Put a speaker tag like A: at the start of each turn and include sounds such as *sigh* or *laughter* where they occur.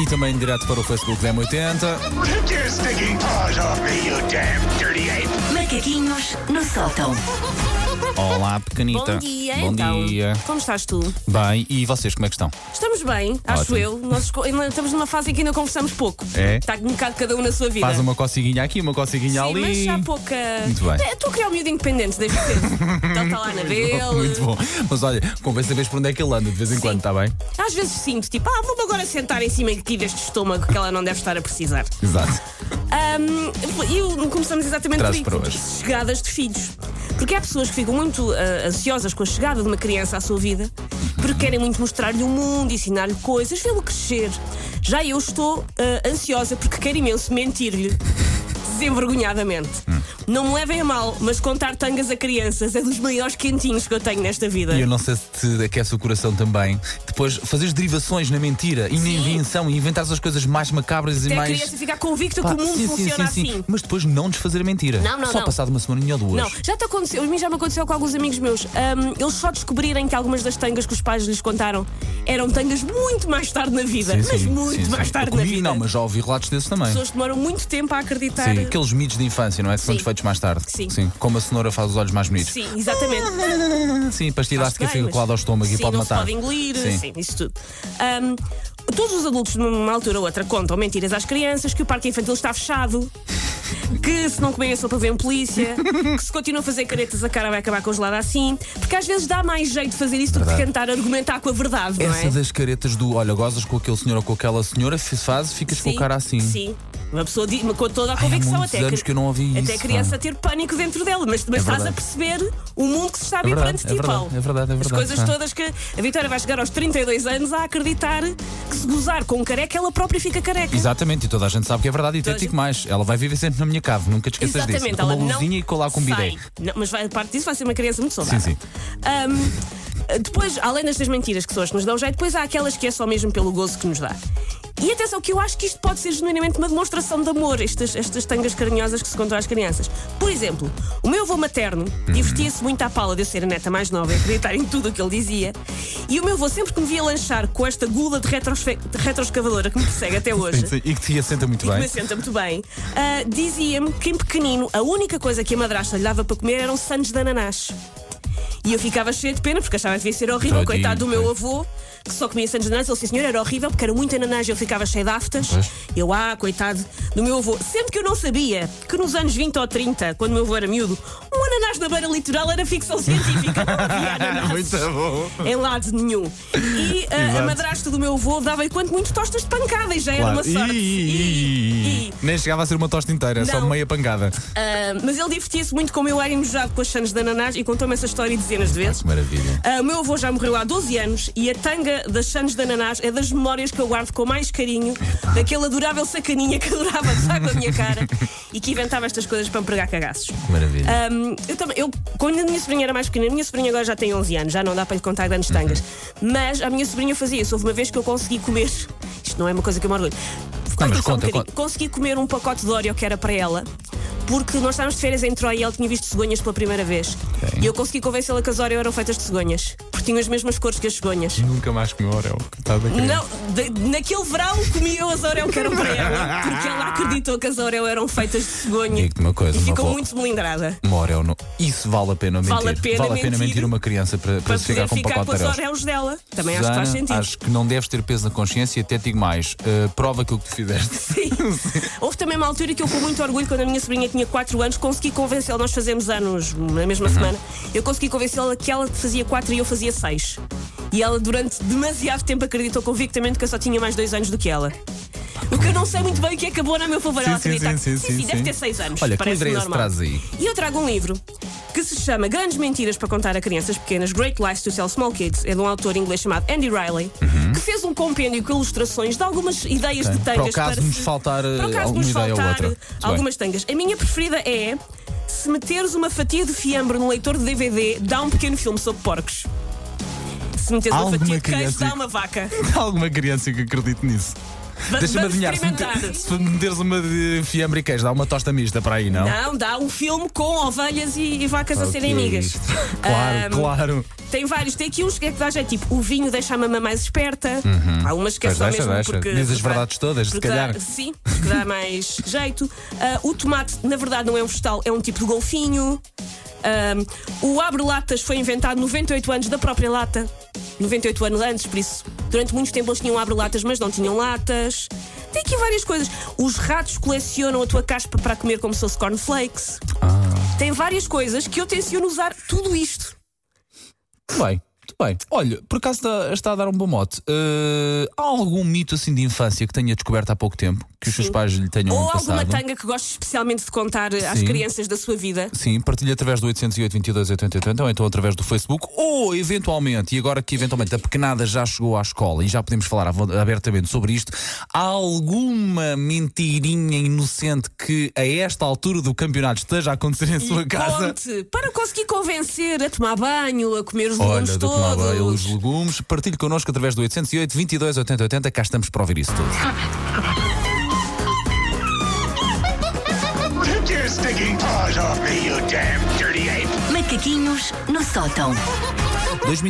A: E também direto para o Facebook da M80.
B: Take your stinking paws off me, you damn dirty ape!
C: Macaquinhos no sótão.
A: Olá, pequenita.
D: Bom dia,
A: Bom
D: então.
A: dia.
D: Como estás tu?
A: Bem, e vocês como é que estão?
D: Estamos bem, acho
A: Ótimo.
D: eu. Nós esco- ainda estamos numa fase em que ainda conversamos pouco.
A: É?
D: Está um bocado cada um na sua vida.
A: Faz uma coceguinha aqui, uma coceguinha
D: Sim,
A: ali. *laughs*
D: mas há pouca.
A: Muito bem.
D: É, Estou a criar um miúdo independente
A: *laughs*
D: desde cedo. então está lá na dele.
A: Oh, Muito bom. Mas olha, convém saber por onde é que ele anda de vez em quando, está bem?
D: Às vezes sinto, tipo, ah, vou-me agora sentar em cima aqui deste estômago que ela não deve estar a precisar.
A: Exato.
D: Ahm, e o- começamos exatamente
A: Traz
D: por
A: para
D: aí,
A: hoje.
D: chegadas de filhos. Porque há pessoas que ficam muito ah, ansiosas com a chegada de uma criança à sua vida, porque querem muito mostrar-lhe o mundo, ensinar-lhe coisas, vê-lo crescer. Já eu estou ah, ansiosa porque quero imenso mentir-lhe. Desenvergonhadamente.
A: Hum.
D: Não me levem a mal, mas contar tangas a crianças é dos maiores quentinhos que eu tenho nesta vida.
A: E eu não sei se te aquece o coração também. Depois, fazeres derivações na mentira e na invenção e inventares as coisas mais macabras e
D: Até a
A: mais.
D: criança ficar convicta
A: Pá,
D: que o mundo funciona assim.
A: Mas depois não desfazer a mentira.
D: Não, não,
A: Só
D: não.
A: passado uma semaninha ou duas.
D: Não, já te aconteceu, a mim já me aconteceu com alguns amigos meus. Ahm, eles só descobrirem que algumas das tangas que os pais lhes contaram eram tangas muito mais tarde na vida.
A: Sim,
D: mas
A: sim,
D: muito
A: sim,
D: mais
A: sim.
D: tarde na
A: Comigo
D: vida.
A: Não, mas já ouvi relatos desses também.
D: As pessoas demoram muito tempo a acreditar.
A: Sim, aqueles mitos de infância, não é? Que são
D: Sim.
A: desfeitos mais tarde.
D: Sim.
A: Como a cenoura faz os olhos mais bonitos.
D: Sim, exatamente.
A: *laughs* Sim, a pastilha
D: Acho
A: elástica
D: bem,
A: fica
D: mas-
A: colada ao estômago e
D: Sim,
A: pode
D: não
A: matar.
D: Se pode engolir,
A: Sim.
D: sim. isso tudo. Ahm, todos os adultos, numa altura ou outra, contam mentiras às crianças que o parque infantil
A: *laughs*
D: está fechado. Que se não comerem a sopa vem um polícia, que se continua a fazer caretas a cara vai acabar congelada assim, porque às vezes dá mais jeito de fazer isso do que de
A: Verdade.
D: tentar argumentar com a verdade, não é?
A: Essa das caretas do olha, gozas com aquele senhor ou com aquela senhora, fi- faz e ficas com o cara assim.
D: Sim. Uma pessoa di- com toda a
A: há
D: convicção
A: muitos
D: até.
A: anos que eu não ouvi isso,
D: até a criança
A: pá.
D: ter pânico dentro dela, mas, mas
A: É
D: estás
A: verdade.
D: a perceber o mundo que se está a
A: É
D: abrir
A: verdade,
D: perante
A: é
D: ti, Paulo.
A: verdade, é verdade, é
D: As
A: verdade,
D: coisas
A: pá.
D: todas que a Vitória vai chegar aos 32 anos a acreditar que se gozar com um careca, ela própria fica careca.
A: Exatamente, e toda a gente sabe que é verdade. E até
D: Toda a
A: digo
D: gente-
A: mais, ela vai viver sempre na minha cave, nunca te esqueças disso.
D: Exatamente,
A: Com
D: ela
A: uma
D: não.
A: luzinha e colar com um bidé.
D: sai. Não, mas vai, a parte disso vai ser uma criança muito saudável.
A: Sim, sim.
D: Ahm, depois, além destas mentiras que pessoas nos dão já, depois há aquelas que é só mesmo pelo gozo que nos dá. E atenção, que eu acho que isto pode ser genuinamente uma demonstração de amor, estas, estas tangas carinhosas que se contam às crianças. Por exemplo, o meu avô materno
A: Uhum.
D: divertia-se muito à pala de eu ser a neta mais nova e acreditar em tudo o que ele dizia. E o meu avô, sempre que me via lanchar com esta gula de, retrosfe- de retroescavadora que me persegue até hoje,
A: Sim, sim, E que te assenta muito
D: que me
A: bem.
D: assenta muito bem, ah, dizia-me que em pequenino a única coisa que a madrasta lhe dava para comer eram sandes de ananás. E eu ficava cheia de pena porque achava que devia ser horrível,
A: Tadinho,
D: coitado do meu
A: pois.
D: avô, que só comia sandes de ananás. Ele disse, senhor, era horrível porque era muito ananás e eu ficava cheia de aftas.
A: Pois.
D: Eu, ah, coitado do meu avô. Sempre que eu não sabia que nos anos 20 ou 30, quando o meu avô era miúdo, um ananás na beira litoral era ficção científica. Não
A: *laughs*
D: havia ananás
A: bom.
D: em lado nenhum.
A: *laughs*
D: E ah,
A: Exato.
D: a madrasta do meu avô dava-lhe quanto muito tostas de pancada e já era uma
A: Claro.
D: sorte.
A: Ih,
D: E- e-
A: Nem chegava a ser uma tosta inteira, só
D: Não.
A: meia pancada.
D: ah, mas ele divertia-se muito com o meu ar enojado com as chanas de ananás e contou-me essa história dezenas de vezes.
A: Que maravilha.
D: Ah, O meu avô já morreu há 12 anos e a tanga das chanes de ananás é das memórias que eu guardo com mais carinho, daquele adorável sacaninha que adorava usar com a minha cara *laughs* e que inventava estas coisas para me pregar cagaços.
A: Que maravilha.
D: Um, eu também, eu, quando a minha sobrinha era mais pequena, a minha sobrinha agora já tem 11 anos, já não dá para lhe contar grandes tangas.
A: Uhum.
D: Mas a minha sobrinha fazia isso. Houve uma vez que eu consegui comer. Isto não é uma coisa que eu me orgulho.
A: Não, mas
D: só um
A: conta,
D: bocadinho.
A: conta.
D: Consegui comer um pacote de Oreo que era para ela. Porque nós estávamos de férias em Troia e ela tinha visto cegonhas pela primeira vez.
A: Ok.
D: E eu consegui convencê-la que as Oreo eram feitas de cegonhas. Porque tinham as mesmas cores que as cegonhas.
A: Nunca mais comi Oreo. Tá Coitada da criança.
D: Não, de- naquele verão comi eu as Oreo que eram
A: *laughs*
D: para ela. Porque ela acreditou que as Oreo eram feitas de cegonha.
A: Digo-te uma coisa,
D: e
A: uma
D: ficou
A: avó-
D: muito melindrada.
A: Uma Oreo no... Isso vale a pena mentir.
D: Vale a pena mentir.
A: uma criança para, para
D: para
A: se ficar
D: poder
A: com um
D: ficar com
A: pacote
D: os
A: de Oreos.
D: orelhos dela. Também acho que faz
A: Susana,
D: sentido.
A: acho que não deves ter peso na consciência e até digo mais. eh, prova aquilo que tu fizeste. *laughs*
D: Sim. Houve também uma altura que eu, com muito orgulho, quando a minha sobrinha tinha 4 anos, consegui convencê-la. Nós fazemos anos na mesma
A: Uhum.
D: semana. Eu consegui convencê-la que ela fazia 4 e eu fazia 6. E ela, durante demasiado tempo, acreditou convictamente que eu só tinha mais 2 anos do que ela. O que eu não sei muito bem o que acabou na meu favor.
A: Sim,
D: ela
A: sim,
D: acreditar
A: sim,
D: que
A: sim, sim,
D: deve
A: sim.
D: ter 6 anos.
A: Olha, que
D: parece
A: livro é esse que
D: normal.
A: traz aí?
D: E eu trago um livro que se chama Grandes Mentiras para Contar a Crianças Pequenas, Great Lies to Tell Small Kids. É de um autor inglês chamado Andy Riley,
A: Uhum.
D: que fez um compêndio com ilustrações de algumas ideias
A: Ok.
D: de
A: Para
D: tangas.
A: o caso
D: para
A: de nos
D: se-
A: faltar, eh,
D: para o caso de
A: alguma
D: nos
A: ideia ou
D: faltar,
A: outra.
D: eh,
A: Muito bem.
D: Algumas tangas. A minha preferida é. Se meteres uma fatia de fiambre no leitor de DVD, dá um pequeno filme sobre porcos. se metes
A: Há
D: uma fatia
A: alguma
D: de queijo,
A: criança-
D: dá uma
A: *laughs*
D: vaca.
A: Há alguma criança que acredite nisso?
D: Va-
A: Deixa-me
D: vamos
A: adivinhar, se,
D: experimentar.
A: meter- se meteres uma de fiambre e queijo, dá uma tosta mista para aí, não?
D: Não, dá um filme com ovelhas e, e vacas a
A: Ok.
D: serem amigas.
A: Claro,
D: Ahm,
A: claro.
D: Tem vários, tem aqui uns que é que dá jeito, tipo, o vinho deixa a mamã mais esperta. Há umas que é
A: Uhum. Pois
D: só
A: deixa,
D: mesmo
A: deixa.
D: porque.
A: Diz as
D: porque dá-
A: verdades todas, se
D: porque
A: calhar.
D: dá- sim, porque
A: *laughs*
D: dá mais jeito. Ah, o tomate, na verdade, não é um vegetal, é um tipo de golfinho. Ahm, o abre-latas foi inventado 98 anos da própria lata. 98 anos antes, por isso, durante muito tempo eles tinham abre-latas, mas não tinham latas. Tem aqui várias coisas. Os ratos colecionam a tua caspa para comer como se fosse cornflakes.
A: Ah.
D: Tem várias coisas que eu tenciono usar tudo isto.
A: Muito bem, muito bem. Olha, por acaso está, está a dar um bom mote. Eh, há algum mito assim de infância que tenha descoberto há pouco tempo? Que os seus pais lhe tenham
D: Ou
A: Hum, passado?
D: alguma tanga que goste especialmente de contar eh, às
A: Sim.
D: crianças da sua vida.
A: Sim, partilha através do 808 22 80 80, ou então através do Facebook, ou eventualmente, e agora que eventualmente a pequenada já chegou à escola e já podemos falar avo- abertamente sobre isto, há alguma mentirinha inocente que a esta altura do campeonato esteja a acontecer em sua
D: E
A: casa?
D: Conte, para conseguir convencer a tomar banho, a comer os
A: Olha,
D: legumes
A: do que lá
D: todos.
A: vai os legumes, partilhe connosco através do 808 22 80 80, cá estamos para ouvir isso tudo.
B: Take your stinking paws off me, you damn dirty ape!
C: Macaquinhos no sótão.
A: Dois minutos